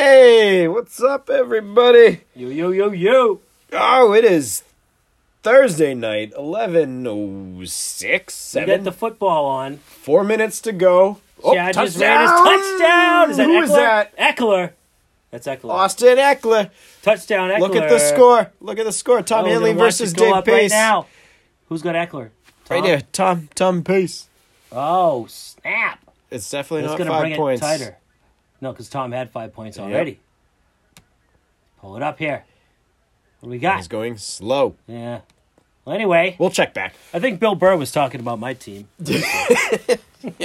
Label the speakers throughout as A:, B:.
A: Hey, what's up, everybody?
B: Yo, yo, yo, yo.
A: Oh, it is Thursday night, 11.06,
B: We got
A: 7,
B: the football on.
A: four minutes to go. Oh,
B: Chad just ran his touchdown. Is that
A: Who
B: Eckler?
A: is that?
B: Eckler. That's Eckler.
A: Austin Eckler.
B: Touchdown, Eckler.
A: Look at the score. Look at the score.
B: Oh,
A: Tom
B: we're
A: Hanley
B: gonna watch
A: versus
B: this go
A: Dave
B: up Right
A: Pace.
B: now. Who's got Eckler?
A: Right
B: Tom?
A: there, Tom, Tom Pace.
B: Oh, snap.
A: It's definitely not
B: That's going to
A: five
B: bring
A: points.
B: it tighter. No, because Tom had five points already. Pull it up here. What do we got?
A: He's going slow.
B: Yeah. Well, anyway,
A: We'll check back.
B: I think Bill Burr was talking about my team.
A: What, do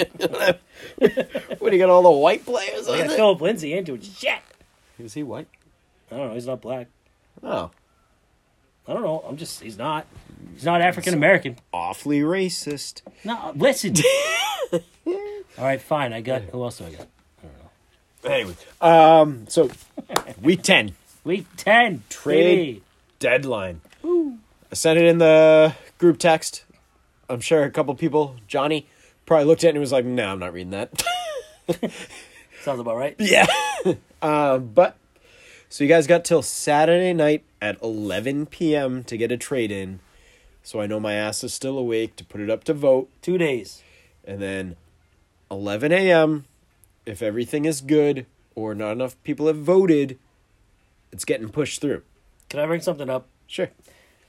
A: you got all the white players on
B: I got
A: it?
B: Philip Lindsay into it. Shit.
A: Is he white?
B: I don't know. He's not black.
A: Oh.
B: I don't know. I'm just, he's not. He's not African American.
A: Awfully racist.
B: No, listen. All right, fine. I got, who else do I got?
A: Anyway, um, so week 10.
B: Week 10.
A: Trade.
B: baby.
A: deadline. I sent it in the group text. I'm sure a couple people, Johnny, probably looked at it and was like, no, I'm not reading that.
B: Sounds about right.
A: yeah. uh, but, so you guys got till Saturday night at 11 p.m. to get a trade in. So I know my ass is still awake to put it up to vote.
B: Two days.
A: And then 11 a.m., if everything is good or not enough people have voted, it's getting pushed through.
B: Can I bring something up
A: Sure.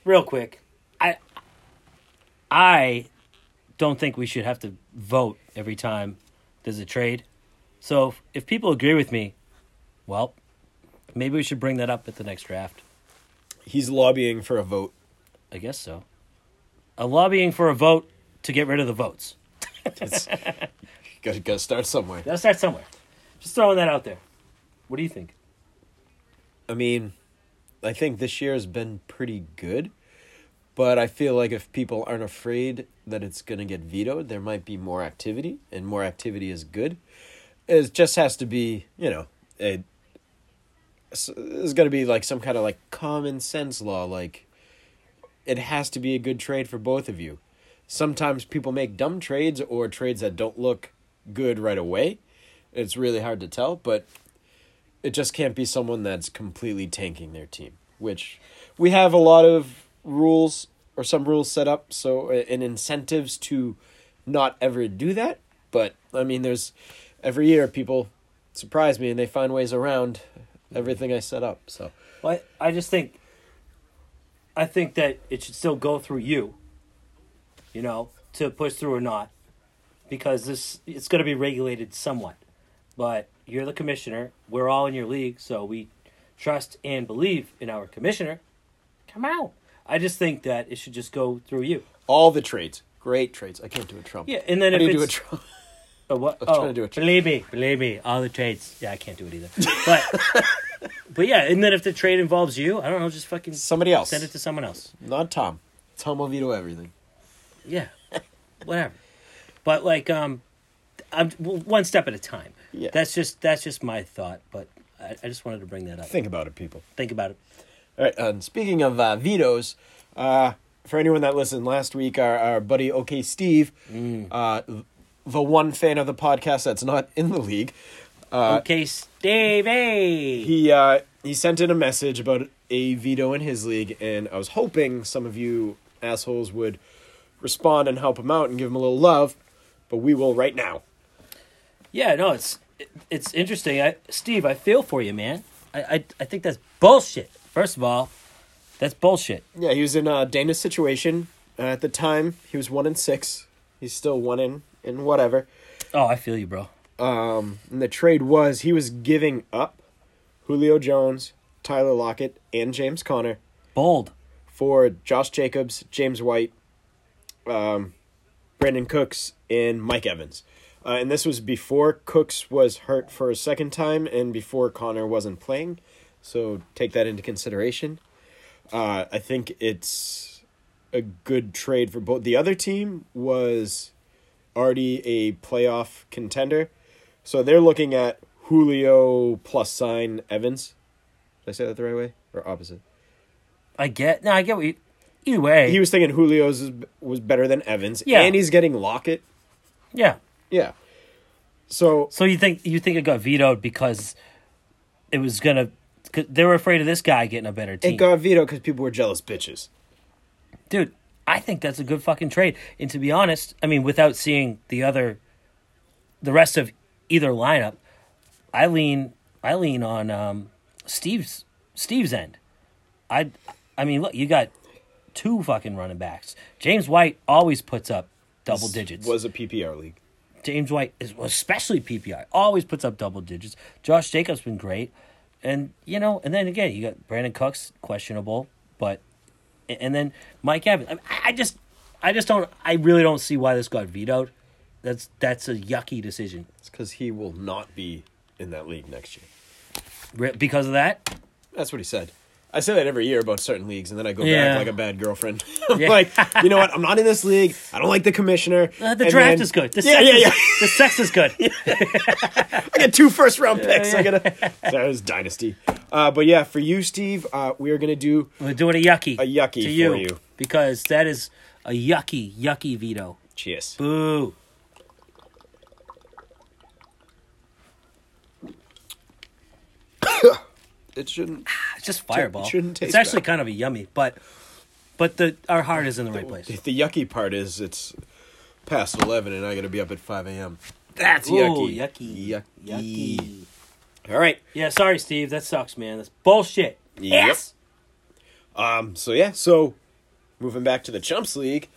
B: real quick? I I don't think we should have to vote every time there's a trade. So if, if people agree with me, well, maybe we should bring that up at the next draft.
A: He's lobbying for a vote.
B: I guess so. A lobbying for a vote to get rid of the votes.
A: Gotta, gotta start somewhere.
B: Gotta start somewhere. Just throwing that out there. What do you think?
A: I mean, I think this year has been pretty good, but I feel like if people aren't afraid that it's going to get vetoed, there might be more activity, and more activity is good. It just has to be, you know, a, s- there's got to be like some kind of like common sense law. Like, it has to be a good trade for both of you. Sometimes people make dumb trades or trades that don't look good right away. It's really hard to tell, but it just can't be someone that's completely tanking their team which we have a lot of rules or some rules set up so uh, and incentives to not ever do that but i mean there's every year people surprise me and they find ways around everything i set up so
B: Well, I I just think, I think that it should still go through you. You know, to push through or not, because this it's going to be regulated somewhat. But you're the commissioner. We're all in your league, so we trust and believe in our commissioner. Come out. I just think that it should just go through you.
A: all the trades great trades i can't do a trump
B: Yeah, and then
A: How
B: if
A: do you do a
B: it's,
A: trump
B: Oh, what?
A: was
B: oh,
A: trying to do a trade.
B: believe me, believe me, all the trades. Yeah, I can't do it either. But, but yeah, and then if the trade involves you, I don't know, just fucking
A: somebody else
B: send it to someone else.
A: not tom tom will veto everything
B: Yeah, whatever. But like, um, I'm well, one step at a time.
A: Yeah.
B: That's just that's just my thought, but I, I just wanted to bring that up. Think,
A: think about it people
B: about it.
A: All right. And speaking of uh, vetoes, uh, for anyone that listened last week, our, our buddy OK Steve, uh, th- the one fan of the podcast that's not in the league,
B: okay, Stevie.
A: Uh, he uh, he sent in a message about a veto in his league, and I was hoping some of you assholes would respond and help him out and give him a little love, but we will right now.
B: yeah, no, it's it, it's interesting. I Steve, I feel for you, man. I, I I think that's bullshit. First of all, that's bullshit.
A: Yeah, he was in a Dana's situation uh, at the time. He was one in six. He's still one in in whatever.
B: Oh, I feel you, bro.
A: And the trade was he was giving up Julio Jones, Tyler Lockett, and James Conner
B: Bold.
A: for Josh Jacobs, James White, um, Brandon Cooks, and Mike Evans. Uh, and this was before Cooks was hurt for a second time and before Connor wasn't playing. So take that into consideration. Uh, I think it's a good trade for both. The other team was already a playoff contender. So they're looking at Julio plus sign Evans. Did I say that the right way? Or opposite?
B: I get. No, I get what you. Either way.
A: he was thinking Julio's is, was better than Evans.
B: Yeah.
A: And he's getting Lockett.
B: yeah.
A: Yeah. So
B: So you think you think it got vetoed because it was gonna 'cause they were afraid of this guy getting a better team.
A: It got vetoed because people were jealous bitches.
B: Dude, I think that's a good fucking trade. And to be honest, I mean, without seeing the other, the rest of either lineup, I lean, I lean on um, Steve's Steve's end. I, I mean, look, you got two fucking running backs. James White always puts up double digits.
A: Was a PPR league.
B: James White is especially PPI always puts up double digits. Josh Jacobs been great, and you know, and then again you got Brandon Cooks questionable, but and then Mike Evans. I, mean, I- I just, I just don't. I really don't see why this got vetoed. That's that's a yucky decision
A: It's because he will not be in that league next year.
B: Re- because of that.
A: That's what he said. I say that every year about certain leagues, and then I go
B: Yeah.
A: back like a bad girlfriend.
B: Yeah.
A: like, you know what? I'm not in this league. I don't like the commissioner.
B: Uh, the
A: And
B: draft
A: then-
B: is good. The
A: yeah,
B: sex
A: yeah,
B: is-
A: yeah.
B: The sex is good.
A: I got two first round picks. I gotta. That was dynasty. Uh, but yeah, for you, Steve, uh, we are gonna do.
B: We're doing a yucky.
A: A yucky
B: to
A: for
B: you,
A: you.
B: because that is a yucky, yucky veto.
A: Cheers.
B: Boo.
A: It shouldn't.
B: It's just fireball.
A: shouldn't taste
B: it's actually
A: bad.
B: kind of a yummy, but but the our heart is in the right place.
A: The yucky part is it's past eleven, and I gotta be up at five a.m. That's
B: Ooh,
A: yucky.
B: yucky.
A: Yucky.
B: Yucky.
A: All right.
B: Yeah, sorry, Steve. That sucks, man. That's bullshit.
A: Yep.
B: Yes.
A: Um, so yeah, so moving back to the Chumps League,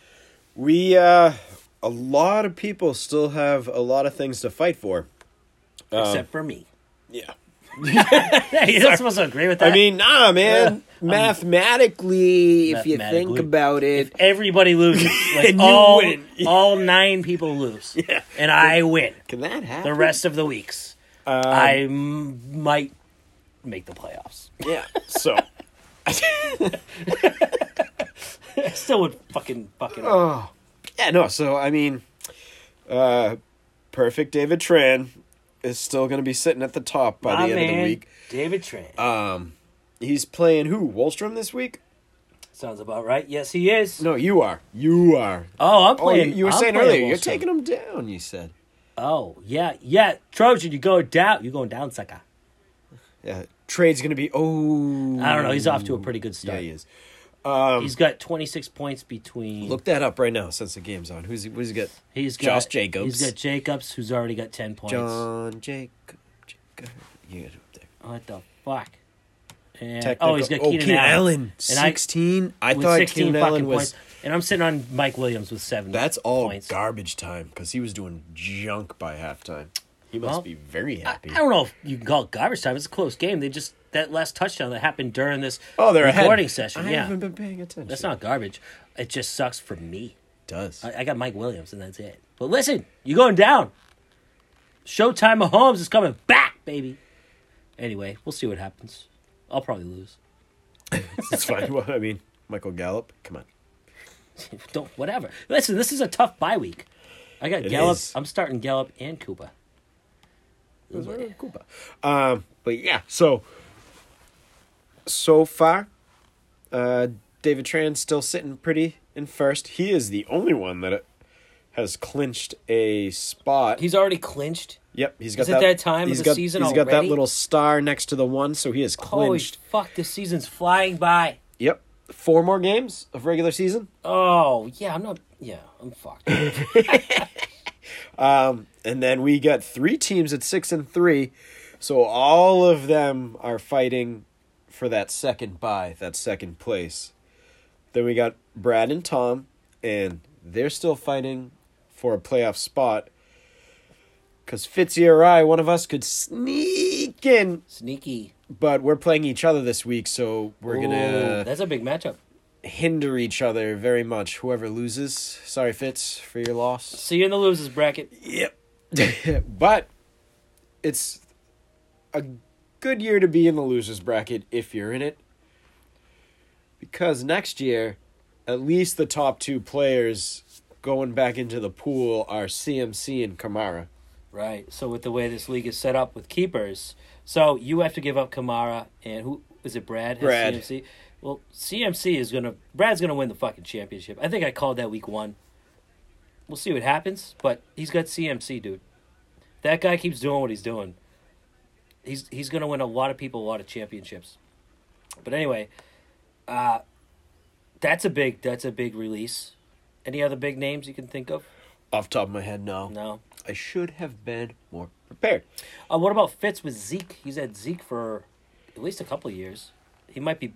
A: we uh a lot of people still have a lot of things to fight for. Um,
B: Except for me.
A: Yeah.
B: Hey, you're not supposed to agree with that.
A: I mean, nah, man. Mathematically, if you think
B: Mathematically.
A: about it,
B: everybody loses. Like
A: And you
B: all
A: win.
B: all nine people lose, yeah. and I win
A: can that happen?
B: the rest of the weeks.
A: Um,
B: I m- might make the playoffs.
A: Yeah. So,
B: I still would fucking fucking.
A: yeah, no. So I mean, uh, perfect David Tran is still going to be sitting Oh, at the top by
B: my
A: the end
B: man,
A: of the week. Uh,
B: David Tran
A: He's playing who? Wolstrom this week?
B: sounds about right. Yes, he is.
A: No, you are. You are.
B: Oh, I'm
A: Oh, you,
B: playing.
A: you were
B: I'm
A: saying
B: playing
A: earlier, you're
B: Wolfsburg.
A: taking him down. You said.
B: Oh yeah, yeah, Trojan, you go down. You're going down, sucker.
A: Yeah, trade's gonna be oh.
B: I don't know. He's off to a pretty good
A: Yeah,
B: start.
A: he is.
B: He's got 26 points between.
A: Look that up right now since the game's on. Who's he? Who's he got?
B: he's got
A: Josh Jacobs.
B: He's got Jacobs, who's already got 10 points.
A: John Jacob. Jacob. You got it up there.
B: What the fuck? And,
A: Technical-
B: oh, he's got Keenan, Allen. And I-
A: Sixteen. I,
B: with
A: thought
B: 16
A: Keenan
B: fucking
A: Allen was.
B: points. And I'm sitting on Mike Williams with seven.
A: That's all
B: points.
A: garbage time because he was doing junk by halftime. He must
B: Well,
A: be very
B: I,
A: happy.
B: I don't know if you can call it garbage time. It's a close game. They just that last touchdown that happened during this
A: oh, they're ahead.
B: recording session.
A: I
B: yeah,
A: haven't been paying attention.
B: that's not garbage. It just sucks for me.
A: does.
B: I, I got Mike Williams, and that's it. But listen, you're going down. Showtime Mahomes is coming back, baby. Anyway, we'll see what happens. I'll probably lose.
A: it's fine. Well, I mean, Michael Gallup. Come on.
B: Don't whatever. Listen, this is a tough bye week. I got
A: It
B: Gallup.
A: is.
B: I'm starting Gallup and Cuba. Mm-hmm.
A: Missouri, Cuba. Um, but yeah, so so far, uh, David Tran's still sitting pretty in first. He is the only one that uh, has clinched a spot.
B: He's already clinched.
A: yep, he's got
B: Is it
A: that,
B: that time of
A: he's
B: the
A: got-
B: season
A: He's got that
B: already?
A: little star next to the one, so he is
B: Holy
A: clinched.
B: fuck! This season's flying by.
A: Yep, four more games of regular season,
B: Oh yeah, I'm not. Yeah, I'm fucked.
A: and then we got three teams at six and three, so all of them are fighting for that second bye, that second place. Then we got Brad and Tom, and they're still fighting for a playoff spot. Because Fitzy or I, one of us could sneak in,
B: Sneaky.
A: but we're playing each other this week, so we're
B: Ooh,
A: gonna uh,
B: That's a big matchup.
A: hinder each other very much. Whoever loses, sorry Fitz for your loss.
B: See you in the losers bracket.
A: Yep. but it's a good year to be in the losers bracket if you're in it. Because next year, at least the top two players going back into the pool are CMC and Kamara.
B: Right. So with the way this league is set up with keepers, so you have to give up Kamara and who is it? Brad. has
A: Brad.
B: CMC. Well, CMC is gonna. Brad's gonna win the fucking championship. I think I called that week one. We'll see what happens, but he's got CMC, dude. That guy keeps doing what he's doing. he's he's going to win a lot of people a lot of championships. But anyway, uh, that's a big that's a big release. Any other big names you can think of?
A: Off top of my head, no.
B: No.
A: I should have been more prepared.
B: Uh, what about Fitz with Zeke? He's had Zeke for at least a couple of years. He might be.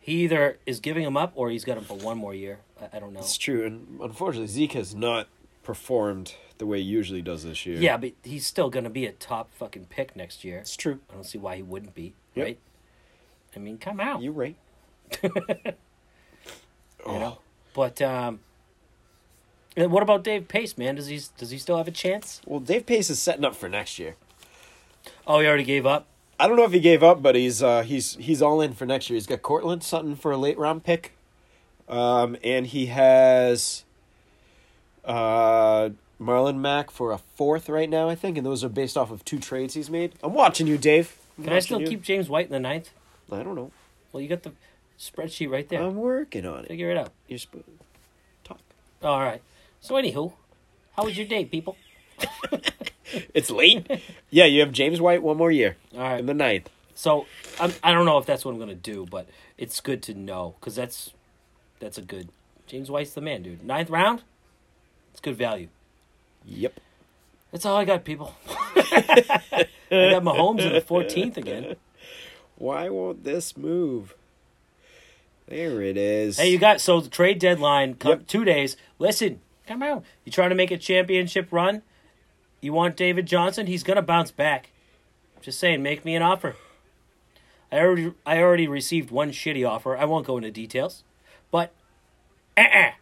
B: He either is giving him up or he's got him for one more year. I, I don't know.
A: It's true, and unfortunately, Zeke has not performed the way he usually does this year.
B: Yeah, but he's still going to be a top fucking pick next year.
A: it's true.
B: I don't see why he wouldn't be.
A: Yep.
B: Right? I mean, come out.
A: You're right.
B: you
A: oh,
B: know? But um, and what about Dave Pace, man? Does he does he still have a chance?
A: well, Dave Pace is setting up for next year.
B: Oh, he already gave up.
A: I don't know if he gave up, but he's uh, he's he's all in for next year. He's got Cortland Sutton for a late round pick, um, and he has uh, Marlon Mack for a fourth right now, I think, and those are based off of two trades he's made. I'm watching you, Dave. I'm
B: Can I
A: watching
B: still
A: you.
B: keep James White in the ninth?
A: I don't know.
B: Well, you got the spreadsheet right there.
A: I'm working on it.
B: Figure it out.
A: You're supposed talk.
B: All right. So anywho, how was your day, people?
A: It's late. yeah, you have James White one more year
B: All right.
A: in the ninth.
B: So I'm, I don't know if that's what I'm gonna do, but it's good to know because that's that's a good James White's the man, dude. Ninth round, it's good value.
A: Yep.
B: That's all I got, people. I got Mahomes in the 14th again.
A: Why won't this move? There it is.
B: Hey, you got so the trade deadline come
A: Yep.
B: two days. Listen, come out. You trying to make a championship run? You want David Johnson? He's gonna bounce back. Just saying, make me an offer. I already I already received one shitty offer. I won't go into details, but uh-uh,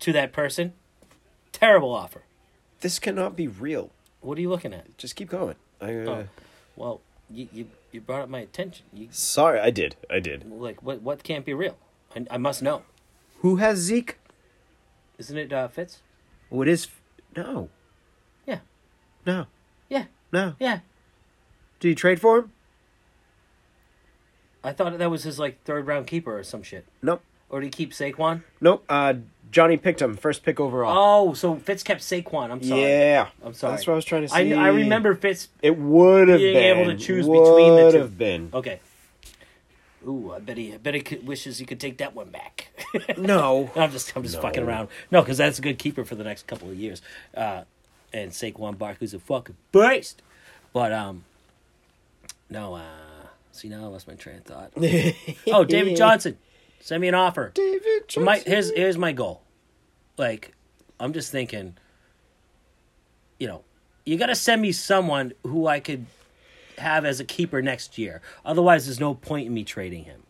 B: to that person, terrible offer.
A: this cannot be real.
B: What are you looking at?
A: Just keep going. I, uh,
B: Oh, well, you, you you brought up my attention. You
A: Sorry, I did. I did.
B: like what what can't be real? I, I must know.
A: Who has Zeke?
B: Isn't it uh, Fitz?
A: Oh, it is. No.
B: Yeah,
A: No.
B: yeah,
A: No.
B: yeah.
A: Did you trade for him?
B: I thought that was his like third round keeper or some shit.
A: Nope.
B: Or did he keep Saquon?
A: Nope. Uh, Johnny picked him. First pick overall.
B: Oh, so Fitz kept Saquon. I'm sorry.
A: Yeah.
B: I'm sorry.
A: That's what I was trying to
B: I,
A: say.
B: I remember Fitz
A: It would have
B: being
A: been.
B: able to choose between the
A: Would
B: two. Oh.
A: have been.
B: Okay. Ooh, I bet he. I bet he could, wishes he could take that one back.
A: No.
B: I'm just. I'm just fucking around. No, because that's a good keeper for the next couple of years. Uh, and Saquon Barkley's a fucking beast. But um, no. Uh, see now I lost my train of thought. oh, David Johnson, send me an offer.
A: David
B: So my here's here's my goal. Like, I'm just thinking, you know, you gotta send me someone who I could have as a keeper next year. Otherwise there's no point in me trading him.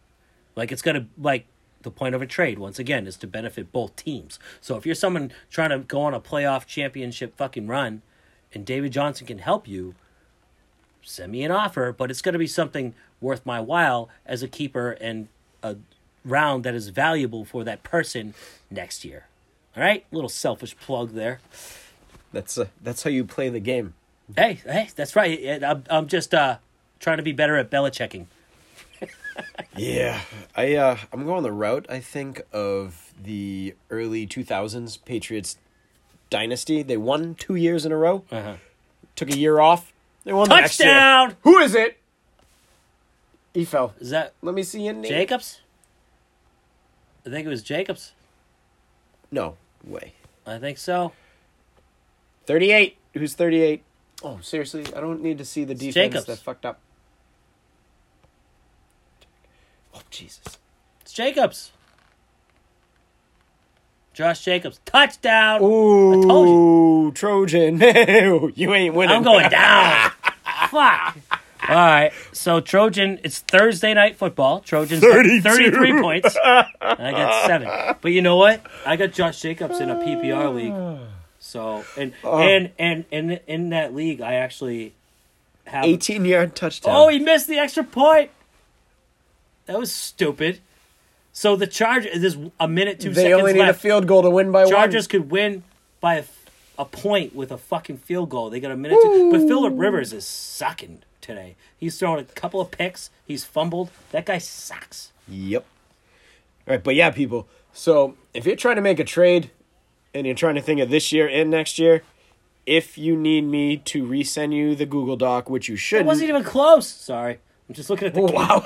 B: Like it's gonna like the point of a trade, once again, is to benefit both teams. So if you're someone trying to go on a playoff championship fucking run and David Johnson can help you, send me an offer, but it's gonna be something worth my while as a keeper and a round that is valuable for that person next year. All right? Little selfish plug there.
A: That's uh, that's how you play the game.
B: Hey, hey, that's right. And I'm, I'm just uh, trying to be better at Belichicking.
A: Yeah, I uh, I'm going the route I think of the early 2000s Patriots dynasty. They won two years in a row.
B: Uh-huh.
A: Took a year off. They won the next year.
B: Touchdown!
A: Who is it? He fell.
B: Is that
A: Let me see your name.
B: Jacobs? I think it was Jacobs.
A: No way.
B: I think so.
A: 38. Who's 38? Oh, seriously, I don't need to see the defense
B: Jacobs.
A: that fucked up. Oh Jesus!
B: It's Jacobs. Josh Jacobs. Touchdown!
A: Ooh,
B: told
A: Trojan! you ain't winning.
B: I'm going down. Fuck. All right. So Trojan, it's Thursday night football. Trojans got
A: 32.
B: 33 points. I got seven. But you know what? I got Josh Jacobs in a PPR league. So and
A: Oh.
B: and and and in that league, I actually have.
A: 18 yard touchdown.
B: Oh, he missed the extra point. That was stupid. So the Chargers, there's a minute two
A: they
B: seconds
A: only need
B: left.
A: a field goal to win by
B: Chargers
A: one.
B: could win by a, f- a point with a fucking field goal. They got a minute. To, but Philip Rivers is sucking today. He's thrown a couple of picks. He's fumbled. That guy sucks.
A: Yep. All right, but yeah, people. So if you're trying to make a trade, and you're trying to think of this year and next year, if you need me to resend you the Google Doc, which you
B: It
A: shouldn't,
B: wasn't even close. Sorry. I'm just looking at the.
A: Oh, wow.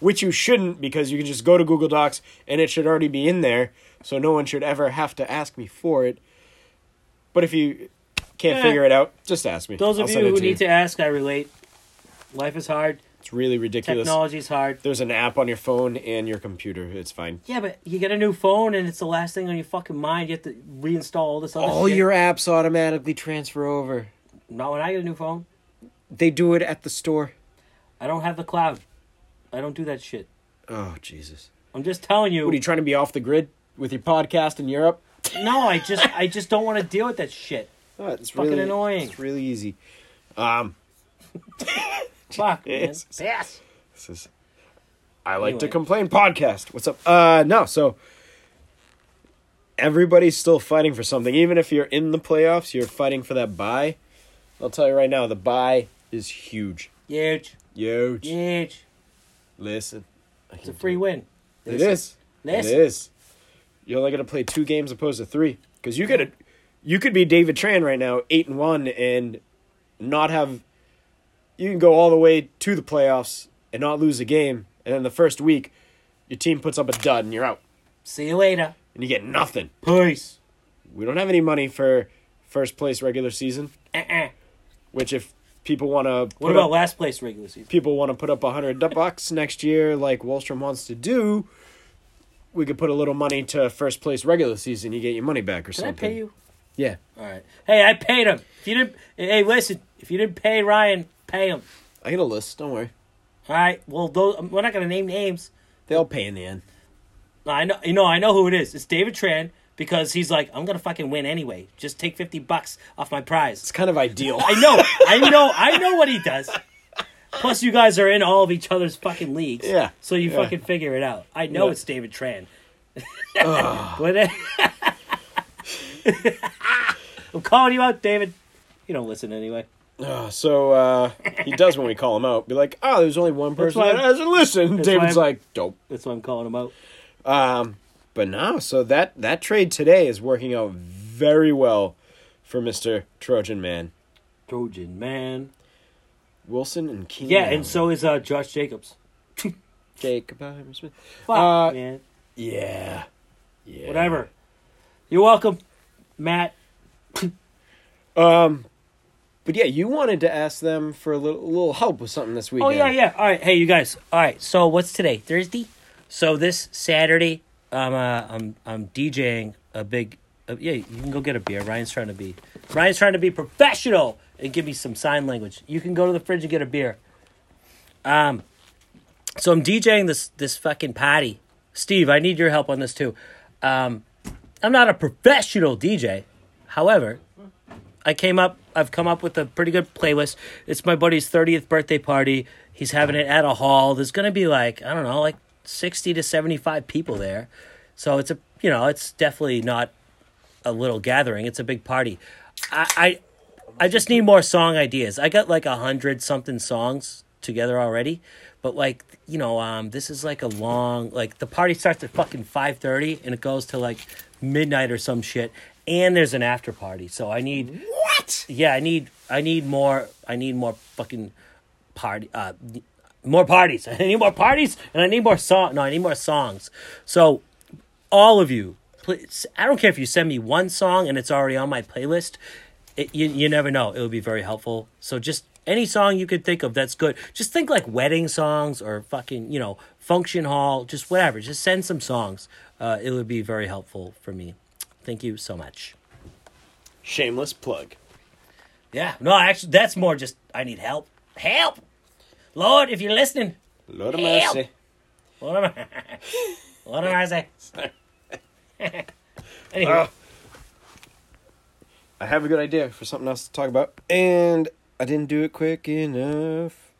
A: which you shouldn't because you can just go to Google Docs and it should already be in there, so no one should ever have to ask me for it. But if you can't
B: Eh.
A: figure it out, just ask me.
B: Those of
A: I'll send
B: you
A: it
B: who
A: to
B: need to ask, I relate. Life is hard.
A: It's really ridiculous.
B: Technology's hard.
A: There's an app on your phone and your computer. It's fine.
B: Yeah, but you get a new phone and it's the last thing on your fucking mind. You have to reinstall all this other
A: All
B: shit.
A: your apps automatically transfer over.
B: Not when I get a new phone.
A: They do it at the store.
B: I don't have the cloud. I don't do that shit.
A: Oh, Jesus.
B: I'm just telling you.
A: What are you trying to be off the grid with your podcast in Europe?
B: no, I just I just don't want to deal with that shit.
A: Oh, it's
B: fucking
A: really
B: annoying.
A: It's really easy. Um,
B: Fuck, man.
A: Yes.
B: Yes.
A: this is, I like to
B: Anyway.
A: complain podcast. What's up? Uh, no. So everybody's still fighting for something. Even if you're in the playoffs, you're fighting for that buy. I'll tell you right now, the buy is huge.
B: Huge.
A: Huge.
B: Huge.
A: Listen. I
B: It's
A: can
B: a
A: do
B: free win.
A: It is.
B: Listen.
A: It is. You're only gonna play two games opposed to three because you could, you could be David Tran right now, eight and one, and not have. You can go all the way to the playoffs and not lose a game, and then the first week, your team puts up a dud and you're out,
B: See you later.
A: and you get nothing.
B: Peace.
A: We don't have any money for first place regular season,
B: Uh-uh.
A: which if people want to,
B: What about last place regular season?
A: people want to put up a hundred bucks next year, like Wallstrom wants to do, we could put a little money to first place regular season. You get your money back or
B: Did I
A: something.
B: pay you?
A: Yeah,
B: All right. Hey, I paid him. If you didn't, hey, listen. If you didn't pay Ryan, pay him.
A: I get a list. Don't worry,
B: All right. Well, those, we're not gonna name names.
A: they all pay in the end.
B: I know. You know. I know who it is. It's David Tran because he's like, I'm gonna fucking win anyway. Just take fifty bucks off my prize.
A: It's kind of ideal.
B: I know. I know. I know what he does. Plus, you guys are in all of each other's fucking leagues.
A: Yeah,
B: So you
A: yeah.
B: fucking figure it out. I know
A: Yeah.
B: it's David Tran. But- I'm calling you out, David. You don't listen anyway.
A: Uh, so uh, he does when we call him out. Be like, oh, there's only one person
B: why-
A: that hasn't listened.
B: that's why
A: David's
B: I'm-
A: like, dope.
B: That's why I'm calling him out.
A: Um, but no, so that that trade today is working out very well for Mister Trojan Man
B: Trojan man.
A: Wilson and King.
B: Yeah, and so is uh, Josh Jacobs.
A: Jacob Iverson Smith.
B: Fuck,
A: Uh,
B: man.
A: Yeah. Yeah.
B: Whatever. You're welcome, Matt.
A: But yeah, you wanted to ask them for a little, little help with something this weekend.
B: Oh yeah, yeah. All right, hey you guys. All right, so what's today? Thursday. So this Saturday, I'm uh, I'm I'm DJing a big. Uh, yeah, you can go get a beer. Ryan's trying to be Ryan's trying to be professional and give me some sign language. You can go to the fridge and get a beer. Um, so I'm DJing this this fucking party. Steve, I need your help on this too. Um, I'm not a professional DJ, however, I came up. I've come up with a pretty good playlist. It's my buddy's thirtieth birthday party. He's having it at a hall. There's going to be like I don't know, like sixty to seventy-five people there. So it's a you know, it's definitely not a little gathering. It's a big party. I I, I just need more song ideas. I got like a hundred something songs together already, but like you know, um, this is like a long like the party starts at fucking five thirty and it goes to like midnight or some shit. And there's an after party, so I need
A: What?
B: yeah, I need I need more I need more fucking party uh more parties. I need more parties and I need more song no, I need more songs. So all of you, please I don't care if you send me one song and it's already on my playlist. It, you you never know. It would be very helpful. So just any song you could think of that's good. Just think like wedding songs or fucking, you know, function hall, just whatever. Just send some songs. Uh, it would be very helpful for me. Thank you so much.
A: Shameless plug.
B: Yeah. No, actually, that's more just I need help. Help, Lord, if you're listening.
A: Lord of
B: Help.
A: mercy.
B: What am I? what am I saying? anyway,
A: Ugh. Ah. I have a good idea for something else to talk about, and I didn't do it quick enough.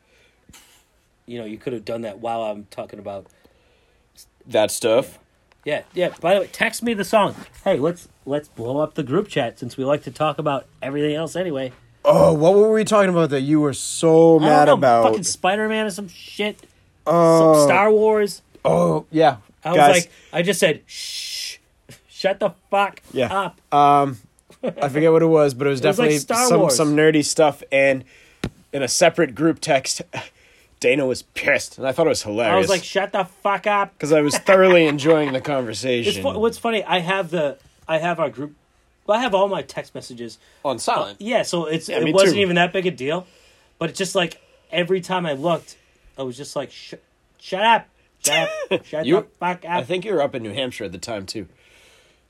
B: you know, you could have done that while I'm talking about.
A: That stuff.
B: Yeah, yeah. By the way, text me the song. Hey, let's let's blow up the group chat since we like to talk about everything else anyway.
A: Oh, what were we talking about that you were so
B: I don't
A: mad
B: know,
A: about?
B: fucking Spider Man or some shit.
A: Oh.
B: Some Star Wars.
A: oh, yeah.
B: I was
A: Guys,
B: like, I just said, shh, shut the fuck
A: Yeah.
B: up.
A: Um, I forget what it was, but it was
B: was like
A: definitely
B: Star
A: some
B: Wars.
A: some nerdy stuff. And in a separate group text, Dana was pissed, and I thought it was hilarious.
B: I was like, shut the fuck up.
A: because I was thoroughly enjoying the
B: It's
A: conversation
B: fu- what's funny. I have the I have our group. Well, I have all my text messages.
A: on Oh, silent.
B: Yeah, so it's
A: Yeah, me
B: it wasn't
A: too.
B: even that big a deal, but it's just like every time I looked, I was just like, Sh- shut up, shut up, shut
A: You-
B: the fuck
A: I
B: up.
A: think you were up in New Hampshire at the time too.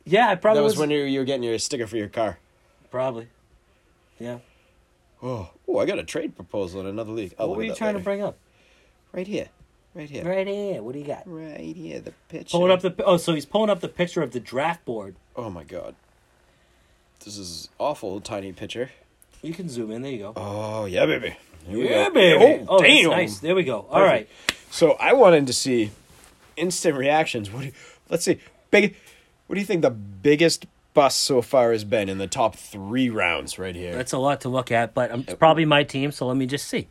B: yeah, I probably
A: That
B: was,
A: was when you, you were getting your sticker for your car.
B: probably. Yeah.
A: Oh, oh, I got a trade proposal in another league. I'll look
B: what were
A: at
B: you
A: that
B: trying to
A: later.
B: bring up?
A: Right here, right here, right,
B: Right here. What do you got?
A: here. The picture.
B: Pulling up the oh, so he's pulling up the picture of the draft board.
A: Oh my god, this is awful. Tiny picture.
B: You can zoom in. There you go.
A: Oh yeah, baby. Here we
B: yeah,
A: go.
B: baby.
A: Oh,
B: Oh, that's
A: damn.
B: nice. There we go. All right.
A: So I wanted to see instant reactions. What? Do you, let's see. Big. What do you think the biggest bust so far has been in the top three rounds? Right here.
B: That's a lot to look at, but um, it's probably my team, so let me just see.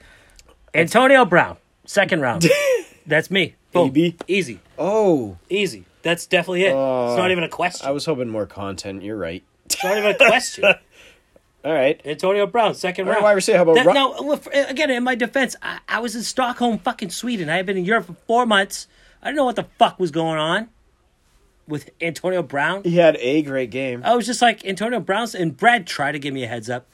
B: Antonio Brown, second round. That's me. Boom.
A: AB?
B: Easy.
A: oh,
B: Easy. That's definitely it.
A: Uh,
B: it's not even a question.
A: I was hoping more content. You're right.
B: it's not even a question.
A: All right.
B: Antonio Brown, second
A: right,
B: round.
A: wide receiver, how about
B: that,
A: Ro-
B: now, look, for- again, in my defense, I, I was in Stockholm, fucking Sweden. I had been in Europe for four months. I didn't know what the fuck was going on with Antonio Brown.
A: He had a great game.
B: I was just like, Antonio Brown's and Brad tried to give me a heads up.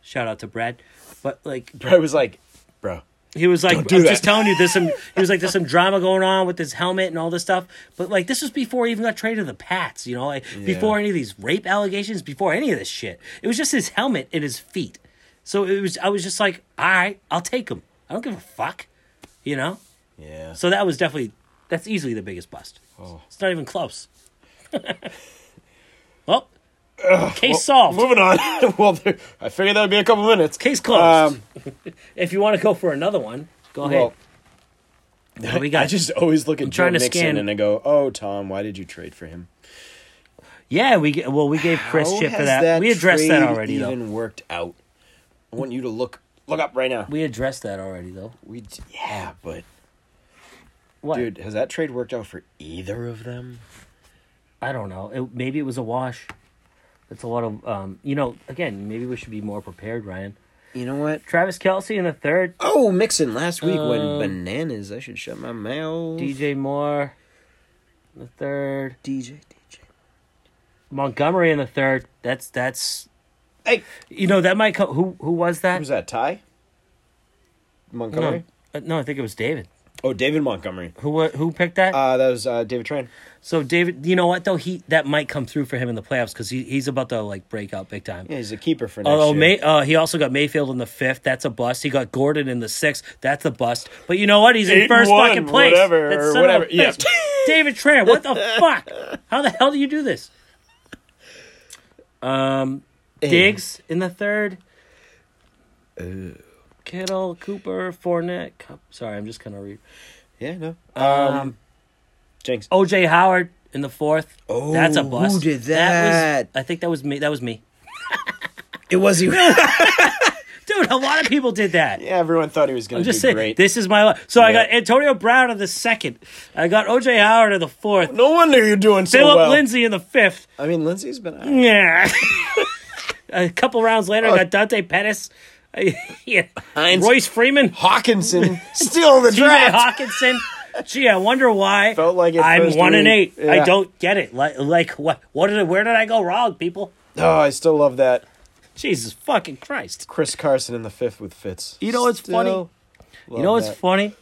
B: Shout out to Brad. But like
A: I was like, bro.
B: He was like,
A: do
B: I'm
A: that.
B: just telling you, there's some. He was like, there's some drama going on with his helmet and all this stuff. But like, this was before he even got traded to the Pats. You know, like before any of these rape allegations, before any of this shit. It was just his helmet and his feet. So it was. I was just like, all right, I'll take him. I don't give a fuck. You know.
A: Yeah.
B: So that was definitely. That's easily the biggest bust.
A: Oh.
B: It's not even close. well, case solved.
A: Moving on. well, there, I figured that would be a couple minutes.
B: Case closed. if you want to go for another one, go ahead.
A: um, Well,
B: What we got?
A: I just always look at Joe
B: trying to
A: Nixon
B: scan-
A: and I go, "Oh, Tom, why did you trade for him?"
B: Yeah, we g- well we gave Chris
A: How
B: shit for
A: has
B: that. we addressed that
A: trade
B: already
A: even
B: though.
A: worked out. I want you to look look up right now.
B: We addressed that already though.
A: We d- yeah, but
B: What?
A: dude, has that trade worked out for either of them?
B: I don't know. It, maybe it was a wash. It's a lot of um, you know. Again, maybe we should be more prepared, Ryan.
A: You know what?
B: Travis Kelsey in the third.
A: Oh, Mixon last week
B: Um,
A: went bananas. I should shut my mouth.
B: DJ Moore, in the third.
A: DJ, DJ.
B: Montgomery in the third. That's that's.
A: Hey,
B: You know that might come. Who who was that?
A: who's that? Ty
B: no,
A: Montgomery.
B: uh, no, I think it was David.
A: Oh, David Montgomery.
B: Who wa- who picked that?
A: Uh, that was uh, David Tran.
B: so David, you know what though? He that might come through for him in the playoffs because he, he's about to like break out big time.
A: Yeah, he's a keeper for next
B: Although
A: year.
B: May, uh, he also got Mayfield in the fifth, that's a bust. He got Gordon in the sixth, that's a bust. But you know what? He's in
A: Eight,
B: first
A: one,
B: fucking place.
A: whatever,
B: That
A: or
B: son of a
A: whatever. Yeah.
B: bitch. David Tran, what the fuck? How the hell do you do this? Um, Diggs in the third. Kittle, Cooper, Fournette. Cup. Sorry, I'm just gonna read.
A: Yeah, no. Um,
B: Um,
A: Jinx.
B: OJ Howard in the fourth.
A: Oh,
B: that's a
A: who
B: bust.
A: did that?
B: was, I think that was me. That was me.
A: It was you.
B: Dude, a lot of people did that.
A: yeah, everyone thought he was going
B: I'm
A: to
B: just
A: do
B: saying,
A: great.
B: this is my life. So I
A: Yeah.
B: got Antonio Brown in the second. I got OJ Howard in the fourth.
A: no wonder you're doing so
B: Philip
A: well.
B: Lindsay in the fifth.
A: I mean, Lindsay's been. all right.
B: Yeah. a couple rounds later,
A: Oh.
B: I got Dante Pettis. yeah.
A: Hines.
B: Royce Freeman.
A: Hawkinson still the
B: T.J.
A: draft.
B: Hawkinson. Gee, I wonder why
A: Felt like it
B: I'm
A: first
B: one and
A: week.
B: eight. I
A: Yeah.
B: don't get it. Like, like what? What did? Where did I go wrong, people?
A: oh, I still love that
B: Jesus fucking Christ!
A: Chris Carson in the fifth with Fitz.
B: You know what's
A: Still
B: funny?
A: love
B: You know what's
A: that.
B: funny?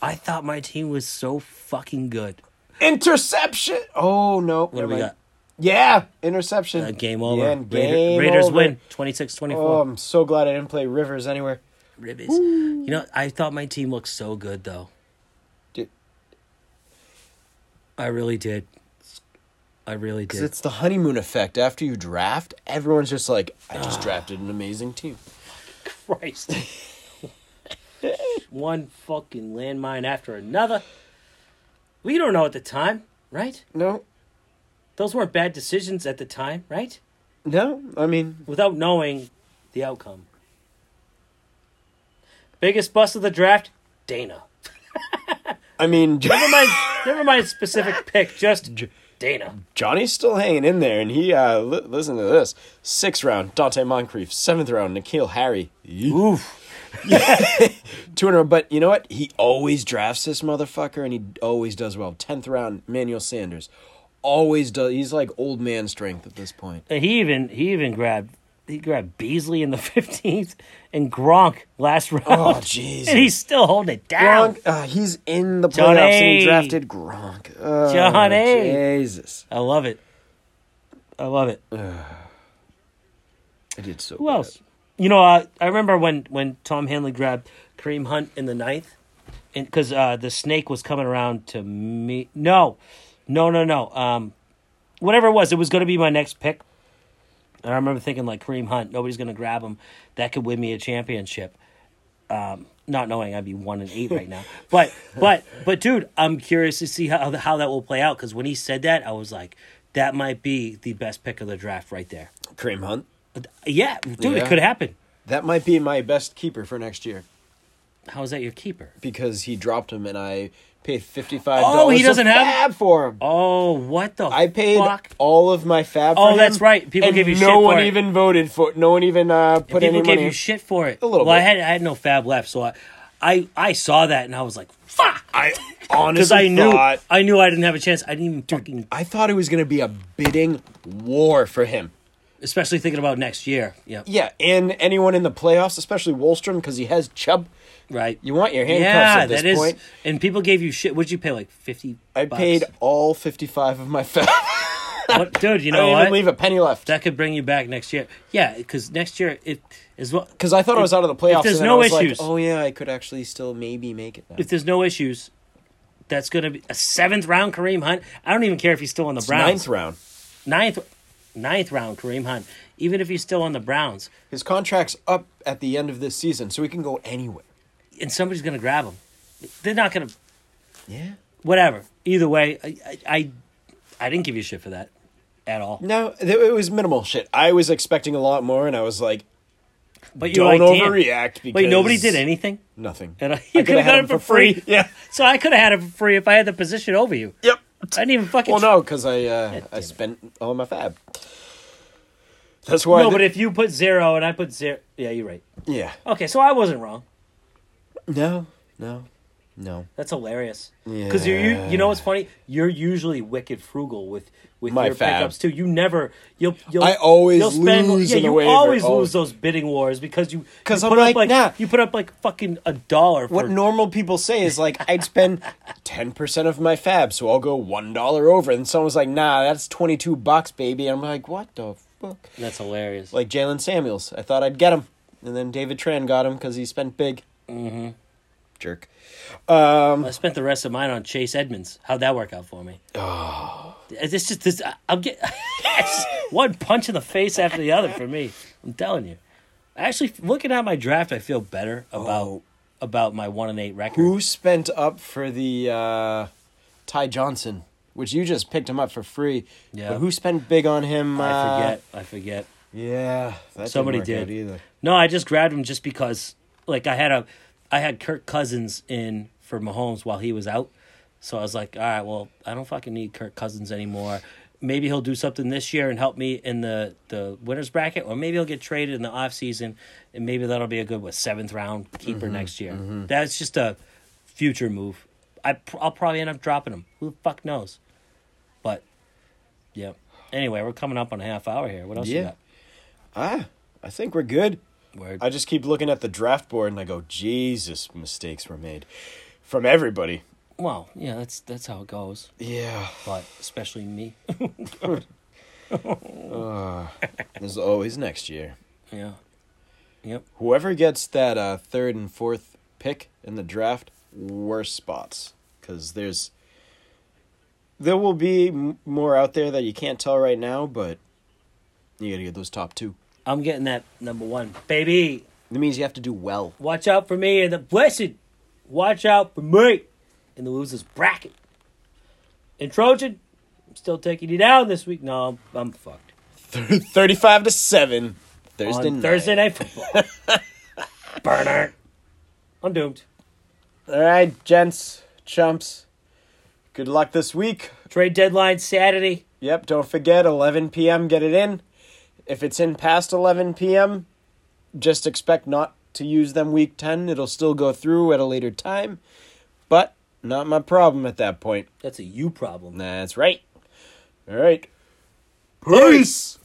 B: I thought my team was so fucking good.
A: interception? Oh no!
B: What do we got?
A: Yeah, interception.
B: Uh, game over.
A: Yeah, and
B: Raider-
A: game
B: Raiders
A: over.
B: win 26
A: Oh,
B: 24.
A: I'm so glad I didn't play Rivers anywhere.
B: Ribbies. You know, I thought my team looked so good, though.
A: Dude,
B: I really did. I really
A: 'cause
B: did.
A: it's the honeymoon effect. After you draft, everyone's just like, "I
B: Ah.
A: just drafted an amazing team."
B: Christ. One fucking landmine after another. We don't know at the time, right?
A: No,
B: Those weren't bad decisions at the time, right?
A: no. I mean,
B: Without knowing the outcome. Biggest bust of the draft? Dana.
A: I mean,
B: Never mind, never mind specific pick, just Dana.
A: Johnny's still hanging in there, and he uh, li- listen to this: sixth round Dante Moncrief, seventh round Nikhil Harry,
B: Oof.
A: two in a row. But you know what? He always drafts this motherfucker, and he always does well. Tenth round Manuel Sanders, always does. He's like old man strength at this point.
B: And he even he even grabbed he grabbed Beasley in the fifteenth and Gronk last round.
A: Oh, Jesus.
B: And he's still holding it down.
A: Gronk, uh, he's in the playoffs,
B: Johnny.
A: and he drafted Gronk. Oh,
B: Johnny.
A: Jesus,
B: I love it. I love it.
A: I did so.
B: Who else? You know, uh, I remember when when Tom Hanley grabbed Kareem Hunt in the ninth, and because uh, the snake was coming around to me. No, no, no, no. Um, whatever it was, it was going to be my next pick. And I remember thinking like Kareem Hunt, nobody's going to grab him. That could win me a championship. Um, not knowing I'd be one and eight right now, but but but dude, I'm curious to see how how that will play out. Because when he said that, I was like, that might be the best pick of the draft right there.
A: bad. Kareem Hunt.
B: Yeah, dude,
A: Yeah.
B: it could happen.
A: That might be my best keeper for next year
B: How is that your keeper?
A: because he dropped him, and I paid fifty five.
B: Oh, he doesn't have-
A: fab for him.
B: Oh, what the
A: I paid
B: fuck?
A: all of my fab.
B: Oh,
A: for
B: that's
A: him,
B: right. People
A: and
B: give you
A: no
B: shit for
A: one
B: it.
A: even voted for. No one even uh, put
B: People
A: any
B: gave
A: money.
B: you shit for it.
A: A little
B: well, I
A: bit.
B: had I had no fab left, so I I, I saw that and I was like, fuck,
A: I
B: because
A: honestly
B: I knew
A: thought
B: I knew I didn't have a chance. I didn't even fucking,
A: I thought it was going to be a bidding war for him.
B: especially thinking about next year. Yeah,
A: Yeah, and anyone in the playoffs, especially Wolstrom, because he has Chubb.
B: right.
A: You want your handcuffs
B: yeah,
A: at this
B: that is.
A: point.
B: And people gave you shit. What'd you pay? Like fifty.
A: I
B: bucks?
A: paid all fifty-five of my fab.
B: What, dude, you
A: I
B: know
A: didn't
B: what?
A: even leave a penny left.
B: that could bring you back next year. Yeah, because next year it is what.
A: Because I thought I was out of the playoffs.
B: there's
A: and then
B: no
A: I was like,
B: issues.
A: oh yeah, I could actually still maybe make it. Now.
B: if there's no issues, that's going to be a seventh round Kareem Hunt. I don't even care if he's still on the Browns.
A: Ninth round.
B: Ninth, ninth round Kareem Hunt. Even if he's still on the Browns,
A: His contract's up at the end of this season, so he can go anywhere.
B: and somebody's going to grab him, they're not going to.
A: Yeah.
B: Whatever. Either way, I, I, I, I didn't give you shit for that, at all.
A: No, th- it was minimal shit. I was expecting a lot more, and I was like,
B: But you're
A: don't
B: like, damn.
A: overreact because
B: Wait, nobody did anything.
A: Nothing.
B: And I,
A: I
B: you could
A: coulda
B: have
A: had
B: got
A: him
B: it for free.
A: Yeah.
B: So I could have had it for free if I had the position over you.
A: Yep.
B: I didn't even fucking.
A: Well, no, because I uh, I
B: it.
A: spent all my fab. That's why. I
B: No,
A: did-
B: but if you put zero and I put zero, yeah, you're right.
A: yeah.
B: Okay, so I wasn't wrong.
A: No. No. No.
B: That's hilarious. Because you
A: Yeah.
B: you know what's funny? You're usually wicked frugal with with
A: My
B: your
A: fab.
B: pickups too. You never you'll you'll
A: I always
B: you'll spend,
A: lose
B: yeah
A: in a
B: you
A: waiver, Oh.
B: always
A: always.
B: lose those bidding wars because you
A: 'Cause
B: you
A: I'm
B: put
A: like,
B: up like
A: nah.
B: you put up like fucking a dollar for
A: What normal people say is like, I'd spend ten percent of my fab, so I'll go one dollar over. And someone's like, Nah, that's twenty two bucks, baby. And I'm like, What the fuck?
B: that's hilarious.
A: Like Jalen Samuels, I thought I'd get him, and then David Tran got him because he spent big. Mm-hmm. Jerk. Um,
B: I spent the rest of mine on Chase Edmonds. How'd that work out for me? Oh, this just this. I'll get it's one punch in the face after the other for me. I'm telling you. Actually, looking at my draft, I feel better about about my one and eight record.
A: Oh. who spent up for the uh, Ty Johnson, which you just picked him up for free?
B: Yeah.
A: But who spent big on him?
B: I
A: uh,
B: forget. I forget.
A: Yeah, that
B: Somebody
A: didn't work out
B: did.
A: either.
B: No, I just grabbed him just because, like, I had a, I had Kirk Cousins in for Mahomes while he was out, so I was like, all right, well, I don't fucking need Kirk Cousins anymore. Maybe he'll do something this year and help me in the the winners bracket, or maybe he'll get traded in the off season, and maybe that'll be a good what seventh round keeper
A: Mm-hmm,
B: next year. That's just a future move. I pr- I'll probably end up dropping him. Who the fuck knows? But, yeah. Anyway, we're coming up on a half hour here. What else you
A: Yeah.
B: got?
A: Ah, I think we're good.
B: Word.
A: I just keep looking at the draft board and I go, Jesus, mistakes were made from everybody.
B: Well, yeah, that's that's how it goes.
A: Yeah,
B: But especially me.
A: there's always next year.
B: yeah. Yep.
A: Whoever gets that uh, third and fourth pick in the draft, worse spots because there's there will be m- more out there that you can't tell right now, but you gotta get those top two.
B: I'm getting that number one. Baby,
A: That means you have to do well.
B: watch out for me and the blessed. Watch out for me in the losers bracket. And Trojan, I'm still taking you down this week. No, I'm, I'm fucked.
A: Thirty-five to seven. Thursday
B: On
A: night.
B: Thursday night football. Burner. I'm doomed.
A: All right, gents, chumps, Good luck this week.
B: Trade deadline Saturday.
A: Yep, don't forget 11 p.m. Get it in. If it's in past 11 p.m., just expect not to use them week 10. It'll still go through at a later time, but not my problem at that point.
B: That's a you problem.
A: That's right. All right.
B: Peace.